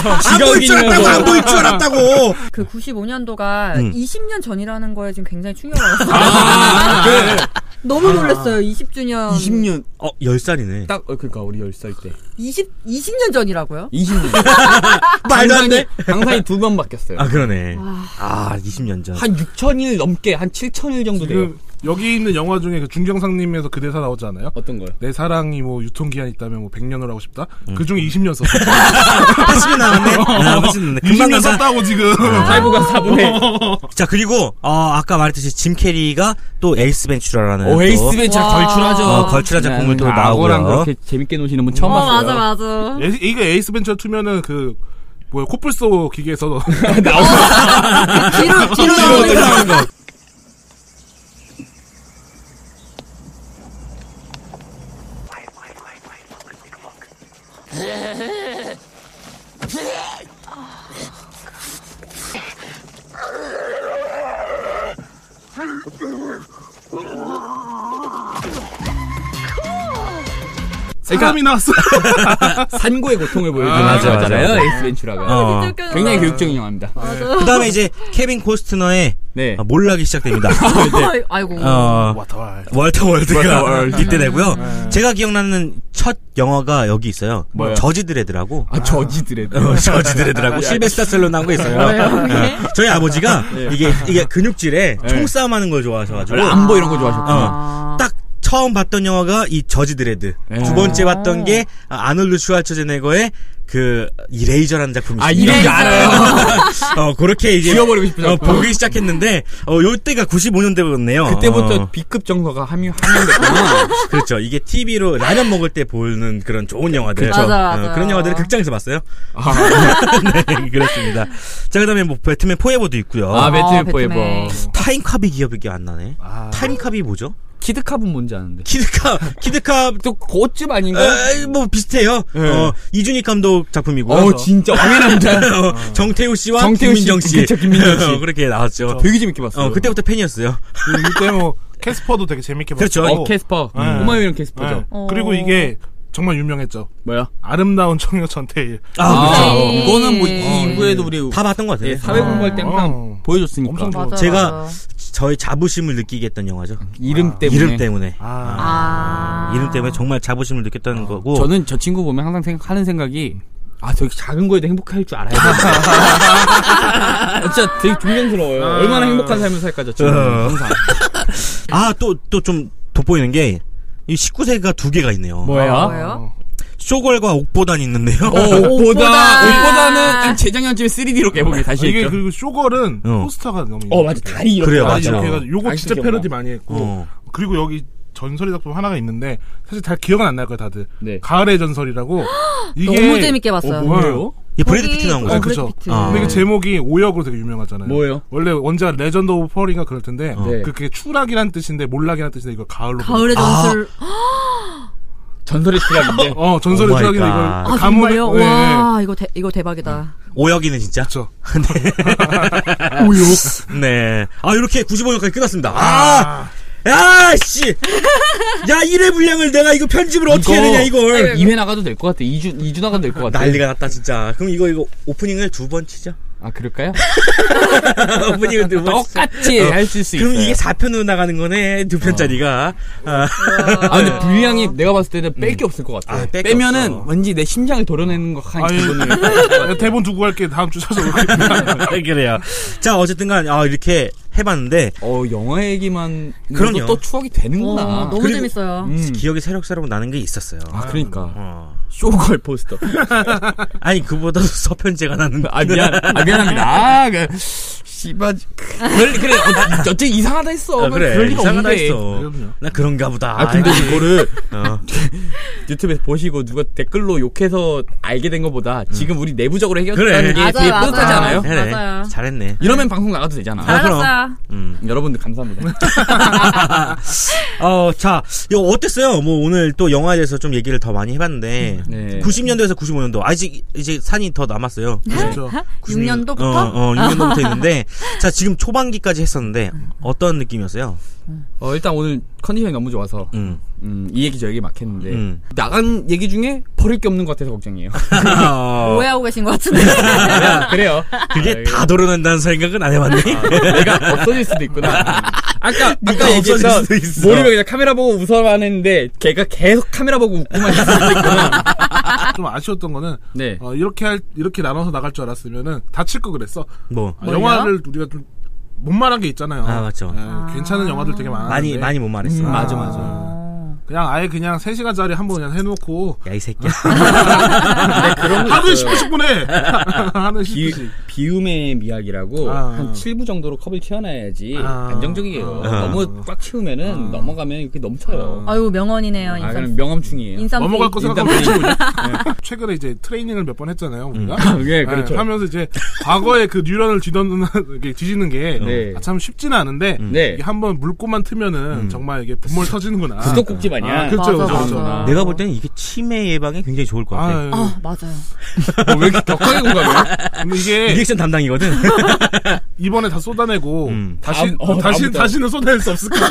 S1: 안 보일 줄 알았다고 안 보일 줄 알았다고.
S4: 그 95년도가
S1: 음.
S4: 20년 전이라는 거에 지금 굉장히 충격을 받았어요.
S3: 아, 네.
S4: 너무 놀랐어요. 20주년.
S2: 20년
S1: 어, 10살이네.
S2: 딱 어, 그러니까 우리 10살 때
S4: 20, 20년 전이라고요?
S2: 20년
S1: 말도 안 돼.
S2: 강산이 두 번 바뀌었어요.
S1: 아, 그러네. 아, 20년 전.
S2: 한 6천일 넘게 한 7천일 정도 돼요.
S3: 지금 그 여기 있는 영화 중에 그 중경상님에서 그 대사 나오지 않아요?
S2: 어떤 거요?
S3: 내 사랑이 뭐 유통기한 있다면 뭐 100년을 하고 싶다? 그 중에 20년 썼어.
S1: 80이 나왔네.
S2: 어.
S1: 아, 80 나왔네. 금방
S3: 20년
S1: 가서.
S3: 썼다고 지금.
S2: 라이브가 4분의
S1: 자, 그리고, 어, 아까 말했듯이 짐 캐리가 또 에이스 벤츄라라는. 또,
S2: 어, 오에이스 벤처
S4: 와.
S2: 걸출하죠.
S1: 어, 걸출한 작품을 또
S2: 네. 아, 악어랑
S1: 나오고요.
S2: 그렇게 재밌게 노시는 분 처음
S4: 어,
S2: 봤어요.
S4: 맞아, 맞아.
S3: 에- 이거 에이스 벤처 2면은 그, 뭐야, 코뿔소 기계에서. 그
S4: 뒤로, 뒤로 나오는 거.
S3: 사람이 나왔어.
S2: 그러니까 산고의 고통을 보여주는
S1: 아, 맞아, 맞아,
S2: 영화잖아요.
S1: 맞아.
S2: 에이스 벤츄라가.
S1: 어.
S2: 굉장히 교육적인 영화입니다.
S1: 그 다음에 이제, 케빈 코스트너의
S2: 네.
S1: 아, 몰락이 시작됩니다.
S3: 예.
S4: 아이- 아이고.
S1: 어,
S3: 와타왈.
S1: 월터 월드가
S2: 월드.
S1: 이때 되고요. 제가 기억나는 첫 영화가 여기 있어요.
S2: 뭐요?
S1: 저지드레드라고.
S2: 아, 저지들의.
S1: 어, 저지드레드라고 실베스타 슬로 나온 거 있어요. 예. 저희 아버지가 이게 이게 근육질에 총싸움하는 걸 좋아하셔가지고
S2: 람보 이런 거 좋아하셨구나.
S1: 어, 딱 처음 봤던 영화가 이 저지드레드
S2: 예.
S1: 두 번째 봤던 게 아, 아놀드 슈왈츠제네거의 그 이레이저라는 작품이
S2: 아,
S1: 있어요.
S2: 이런 거 알아요.
S1: 어 그렇게 이제
S2: 지워버리고 싶다.
S1: 어, 보기 시작했는데 어 요때가 95년대였네요. 어.
S2: 그때부터 B급 정서가 함유, 함유됐구나.
S1: 그렇죠. 이게 TV로 라면 먹을 때 보는 그런 좋은 영화들. 어,
S4: 그렇죠. 맞아, 맞아.
S1: 그런 영화들을 극장에서 봤어요.
S2: 아.
S1: 네, 그렇습니다. 자, 그 다음에 뭐, 배트맨 포에버도 있고요
S2: 아,
S4: 아,
S2: 배트맨
S4: 배트맨.
S2: 포에버.
S1: 타임캅이 기억이 안 나네.
S2: 아.
S1: 타임캅이 뭐죠?
S2: 키드캅은 뭔지 아는데.
S1: 키드캅, 키드캅, 어,
S2: 또 고집 아닌가?
S1: 에이, 뭐 비슷해요.
S2: 예.
S1: 어, 이준익 감독 작품이고요.
S2: 어, 진짜 왕의 남자.
S1: 어, 정태우 씨와
S2: 정태우 씨,
S1: 김민정 씨.
S2: 그쵸, 김민정 씨.
S1: 어, 그렇게 나왔죠.
S2: 되게 재밌게 봤어요.
S1: 어, 그때부터 팬이었어요.
S3: 그때 뭐, 캐스퍼도 되게 재밌게
S1: 그렇죠.
S3: 봤고.
S2: 어, 캐스퍼.
S3: 네.
S2: 꼬마유랑
S3: 예.
S2: 캐스퍼죠.
S3: 그리고 이게 정말 유명했죠.
S2: 뭐야?
S3: 아름다운 청녀 전태일.
S1: 아,
S2: 아,
S1: 그렇죠.
S4: 네.
S2: 이거는 뭐, 이후에도 우리
S1: 다 봤던 것 같아요.
S2: 예, 사회 공부할 때 항상
S3: 어.
S2: 보여줬으니까.
S3: 엄청 좋아.
S4: 맞아,
S1: 제가-
S4: 맞아.
S1: 저의 자부심을 느끼게 했던 영화죠.
S2: 음. 이름 때문에.
S1: 이름 때문에.
S3: 아,
S4: 아.
S1: 이름 때문에 정말 자부심을 느꼈다는 거고.
S2: 어. 저는 저 친구 보면 항상 생각, 하는 생각이 아 저기 작은 거에도 행복할 줄 알아요. 진짜 되게 존경스러워요. 얼마나 행복한 삶을 살까 저 친구.
S1: 어.
S2: 항상.
S1: 아, 또, 또 좀 돋보이는 게, 이 19세가 두 개가 있네요.
S2: 아, 뭐야?
S4: 뭐예요?
S1: 쇼걸과 옥보단이 있는데요.
S2: 어, 옷보다
S4: 옷보다.
S2: 옷보다는 한 재작년쯤에 3D로 개봉이 다시
S3: 이게
S2: 했죠.
S3: 그리고 쇼걸은
S1: 어.
S3: 포스터가 너무
S2: 어 맞아 다리 이렇게.
S1: 그래요,
S2: 나와요.
S1: 맞아.
S3: 이렇게 해가지고 요거 진짜
S2: 아이스크림
S3: 패러디
S2: 막.
S3: 많이 했고
S1: 어.
S3: 그리고 여기 전설의 작품 하나가 있는데 사실 다 기억은 안 날 거예요 다들
S2: 네.
S3: 가을의 전설이라고 이게
S4: 너무 재밌게 봤어요.
S3: 어,
S2: 뭐예요?
S1: 이 브래드
S4: 거기-
S1: 피트 나온
S3: 아,
S1: 거죠.
S4: 브래드
S3: 그죠.
S4: 피트.
S3: 근데 이게 제목이 오역으로 되게 유명하잖아요.
S2: 뭐예요?
S3: 원래 원제가 레전드 오브 펄인가 그럴 텐데
S2: 네.
S3: 그게 추락이란 뜻인데 몰락이란 뜻인데 이걸 가을로
S4: 가을의 전술.
S2: 전설의 추락인데.
S3: 부르는 거예요. 어 전설의
S1: 오 마이
S3: 추락이라 이걸
S1: 갓.
S4: 아,
S3: 간마에-
S4: 정말요?
S3: 예, 음. 예.
S4: 와, 이거, 대, 이거 대박이다.
S1: 오역이는 진짜.
S3: 그쵸.
S1: 오역. 네. 아, 이렇게 95년까지 끝났습니다. 아! 야, 씨! 야, 1회 분량을 내가 이거 편집을 어떻게 해야
S2: 이거-
S1: 되냐, 이걸.
S2: 2회 나가도 될 것 같아. 2주 2주 나가도 될 것 같아.
S1: 난리가 났다, 진짜. 그럼 이거, 이거 오프닝을 두 번 치죠?
S2: 아 그럴까요?
S1: 오프닝을 두 번 치죠.
S2: 똑같이
S1: 어.
S2: 할 수 있어요.
S1: 그럼 이게 4편으로 나가는 거네, 두 편짜리가. 아.
S2: 아 근데 분량이 내가 봤을 때는 뺄 게 없을 것 같아.
S1: 아, 뺄게
S2: 빼면은
S1: 없어.
S2: 왠지 내 심장을 도려내는 것 같은
S3: 아니,
S2: 기분을.
S3: 내가 대본 두고 갈게 다음 주 찾아올게.
S2: 네,
S1: 그래요. 자, 어쨌든간, 아, 이렇게 해봤는데,
S2: 어 영화 얘기만
S1: 그럼요.
S2: 그럼요. 또 추억이
S3: 아,
S2: 되는구나.
S4: 와, 어, 너무
S1: 그리고-
S4: 재밌어요.
S2: 음.
S1: 기억이 새록새록 나는 게 있었어요.
S2: 아 그러니까
S1: 어.
S2: 쇼걸 포스터.
S1: 아니, 그보다도 서편제가 나는.
S2: 아 미안, 아 미안합니다. 아, 그, 씨발. 그래, 그래. 어, 어째 이상하다 했어.
S1: 아, 그래.
S2: 그럴 리가
S1: 이상하다
S2: 없는데.
S1: 했어.
S3: 그럼요.
S1: 나 그런가 보다.
S2: 아, 근데
S1: 이거-
S2: 이거를
S1: 어.
S2: 유튜브에서 보시고 누가 댓글로 욕해서 알게 된 것보다 지금 우리 내부적으로
S1: 그래.
S2: 해결했다는 게 되게
S4: 맞아요,
S2: 뿌듯하지
S4: 맞아요.
S2: 않아요?
S1: 네네.
S4: 맞아요.
S1: 잘했네.
S2: 이러면 방송 나가도 되잖아.
S1: 아, 그럼.
S4: 알았어요.
S1: 음.
S2: 여러분들 감사합니다.
S1: 어, 자, 이거 어땠어요? 뭐 오늘 또 영화에 대해서 좀 얘기를 더 많이 해봤는데
S2: 네.
S1: 90년도에서 95년도 아직 이제 산이 더 남았어요.
S3: 그렇죠.
S4: 6년도부터?
S1: 어, 어, 6년도부터 있는데 자 지금 초반기까지 했었는데 어떤 느낌이었어요?
S2: 어, 일단 오늘 컨디션이 너무 좋아서
S1: 음.
S2: 음, 이 얘기 저 얘기 막 했는데
S1: 음.
S2: 나간 얘기 중에 버릴 게 없는 것 같아서 걱정이에요. 어,
S3: 어.
S4: 오해하고 계신 것 같은데.
S2: 그래요.
S1: 그게
S2: 아,
S1: 다 도려낸다는 생각은 안 해봤니?
S2: 내가 없어질 수도 있구나. 아까 아까
S1: 네가
S2: 얘기했던
S1: 없어질 수도 있어.
S2: 모리가 그냥 카메라 보고 웃어만 했는데 걔가 계속 카메라 보고 웃고만 있을 수도 있구나.
S3: 좀 아쉬웠던 거는
S2: 네.
S3: 어, 이렇게 할, 이렇게 나눠서 나갈 줄 알았으면은 다칠 거 그랬어.
S1: 뭐
S3: 아, 영화를 우리가 좀 못만한 게 있잖아요.
S1: 아, 맞죠.
S3: 예, 괜찮은 영화들 되게 많아.
S1: 많이 많이 못 말했어.
S2: 음, 맞아 맞아.
S3: 그냥 아예 그냥 3 시간짜리 한번 그냥 해놓고
S1: 야 이 새끼야.
S3: 하루에 10분씩 보내. 하루에
S2: 비,
S3: 10분씩.
S2: 비움의 미학이라고
S3: 아.
S2: 한 7부 정도로 컵을 채워놔야지
S3: 아.
S2: 안정적이에요.
S3: 아.
S2: 너무 꽉 채우면은 넘어가면 이게 넘쳐요. 아,
S4: 아유, 명언이네요.
S2: 그냥
S4: 인삼.
S2: 명함충이에요.
S4: 인삼.
S3: 넘어갈 거
S2: 일단
S3: 생각하고
S2: 우리-
S3: 치고 있네. 최근에 이제 트레이닝을 몇 번 했잖아요 우리가.
S2: 예, 그렇죠.
S3: 예, 하면서 이제 과거에 그 뉴런을 뒤덮는 이게 뒤지는 게
S2: 네.
S3: 참 쉽지는 않은데
S2: 네.
S3: 이게 한번 물고만 트면은 정말 이게 분몰 터지는구나.
S2: 구독국집 아니야.
S3: 아, 그렇죠,
S4: 맞아,
S3: 그렇죠.
S4: 맞아.
S1: 내가 볼 때는 이게 치매 예방에 굉장히 좋을 것 같아.
S3: 아,
S4: 아, 맞아요.
S2: 어, 왜 이렇게 격하게 공감해?
S3: 근데 이게
S1: 리액션 담당이거든.
S3: 이번에 다 쏟아내고
S1: 음.
S3: 다시
S2: 다음, 어,
S3: 다시
S2: 다음부터.
S3: 다시는 쏟아낼 수 없을 것
S2: 네.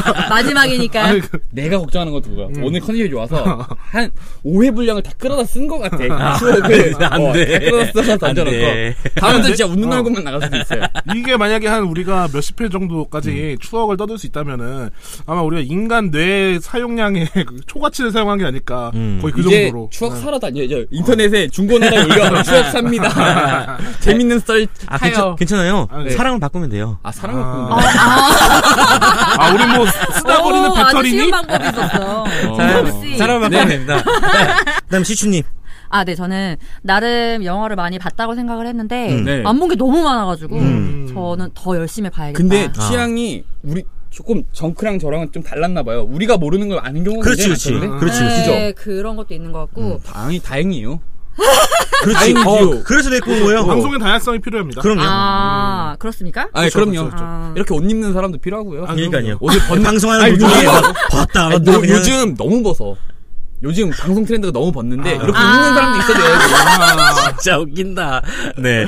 S3: 같아.
S4: 마지막이니까요.
S3: 아니, 그-
S2: 내가 걱정하는 것도 그거야. 오늘 컨디션이 좋아서 한 5회 분량을 다 끌어다 쓴 것 같아. 추억을.
S1: 안
S2: 어,
S1: 돼.
S2: 다 끌어다 써서
S1: 돼.
S2: 던져놓고. 다음부터 진짜 웃는 얼굴만 나갈 수도 있어요.
S3: 이게 만약에 한 우리가 몇십 회 정도까지 추억을 떠들 수 있다면은 아마 우리가 인간 뇌 사용량의 그 초과치를 사용한 게 아닐까 거의 그
S2: 이제
S3: 정도로
S1: 네.
S2: 추억 사러 다녀. 이제 인터넷에 중고나라 올려. 추억 삽니다. 재밌는 썰
S1: 아
S2: 타요.
S1: 괜찮, 괜찮아요.
S3: 아, 네.
S1: 사람을 바꾸면 돼요.
S2: 아, 사랑을
S3: 아.
S2: 꾸는
S3: 아 우리 뭐 쓰다버리는
S4: 오, 아주
S3: 배터리니
S4: 쉬운 방법이 있었어. 역시.
S1: 사람을 바꾸면 됩니다. 네. 그다음 시추님.
S4: 아, 네, 저는 나름 영화를 많이 봤다고 생각을 했는데
S1: 음.
S2: 네.
S4: 안 본 게 너무 많아가지고
S1: 음.
S4: 저는 더 열심히 봐야겠다. 네,
S2: 근데
S1: 아.
S2: 취향이 우리 조금 정크랑 저랑은 좀 달랐나 봐요. 우리가 모르는 걸 아는 경우가
S1: 그렇지,
S2: 굉장히
S1: 그렇지,
S2: 많던데.
S1: 그렇지, 그렇지.
S4: 네, 그런 것도 있는 것
S1: 음.
S4: 같고
S2: 다행히 다행이에요.
S1: 그렇지.
S2: 다행이지요.
S1: 어, 그래서 내고 온 거예요.
S3: 방송의 다양성이 필요합니다.
S1: 그럼요.
S4: 아
S1: 음.
S4: 그렇습니까?
S2: 아,
S3: 그렇죠,
S2: 그럼요.
S3: 그렇죠,
S4: 그렇죠.
S2: 이렇게 옷 입는 사람도 필요하고요.
S1: 아, 그러니까요.
S2: 옷을 벗는
S1: 방송하는
S2: 아니,
S1: 도중에
S2: 요즘-
S1: 봤다.
S2: 아니,
S1: 봤다,
S2: 요-
S1: 그냥.
S2: 요즘 너무 벗어. 요즘 방송 트렌드가 너무 벗는데 이렇게 입는
S4: 아.
S2: 사람도 있어야 돼.
S1: 진짜 웃긴다. 네.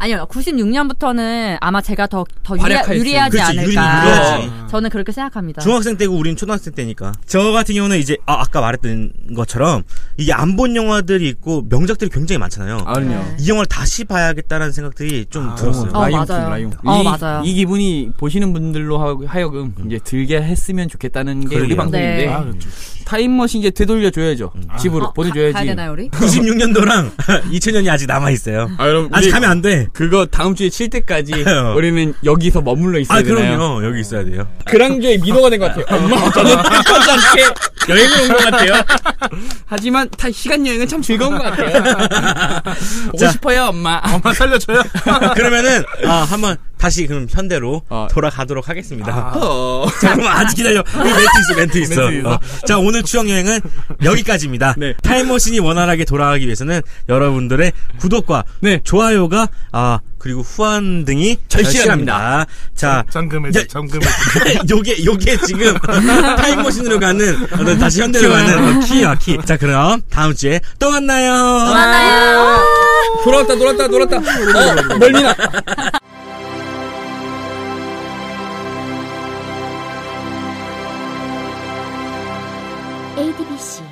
S4: 아니요, 96년부터는 아마 제가 더, 더
S2: 활약할
S4: 유리, 하지
S1: 그렇지, 유리,
S4: 않을까.
S1: 유리하지.
S4: 저는 그렇게 생각합니다.
S1: 중학생 때고 우린 초등학생 때니까. 저 같은 경우는 이제 아, 아까 말했던 것처럼 이게 안 본 영화들이 있고 명작들이 굉장히 많잖아요.
S2: 아니요.
S1: 이 영화를 다시 봐야겠다는 생각들이 좀 들었어요.
S4: 어, 맞아요. 어, 맞아요.
S2: 이 기분이 보시는 분들로 하- 하여금 이제 들게 했으면 좋겠다는 게 우리
S1: 그러게요.
S2: 방송인데
S4: 네.
S3: 아, 그렇죠.
S2: 타임머신 이제 되돌려 줘야죠. 집으로
S4: 어,
S2: 보내줘야지.
S4: 가, 야 되나요, 우리?
S1: 96년도랑 2000년이 아직 남아있어요.
S2: 아, 여러분,
S1: 아직 가면 안 돼.
S2: 그거 다음 주에 칠 때까지
S1: 어.
S2: 우리는 여기서 머물러 있어야
S1: 아,
S2: 되나요?
S1: 그럼요. 여기 있어야 돼요.
S2: 그랑조의 민호가 된 것 같아요. 엄마, 저는 타이완 함께 여행을 온 것 같아요. 하지만 타 시간 여행은 참 즐거운 것 같아요. 보고
S1: 자.
S2: 싶어요, 엄마.
S3: 엄마 살려줘요.
S1: 그러면은 아, 한번 다시 그럼 현대로
S2: 어.
S1: 돌아가도록 하겠습니다.
S2: 어.
S1: 잠깐만 아직 기다려. 우리 멘트 있어, 멘트 있어.
S2: 멘트 있어.
S1: 어. 자 오늘 추억 여행은 여기까지입니다.
S2: 네.
S1: 타임머신이 원활하게 돌아가기 위해서는 여러분들의 구독과
S2: 네.
S1: 좋아요가 아 그리고 후원 등이 절실합니다.
S2: 절실합니다.
S1: 자
S3: 잠금해,
S1: 야,
S3: 잠금해.
S1: 요게 요게 지금 타임머신으로 가는 어떤 다시 현대로 가는 키야 키. 자 그럼 다음 주에 또 만나요.
S2: 돌아왔다, 돌아왔다, 돌아왔다. 어, 멀미나.
S9: ADBC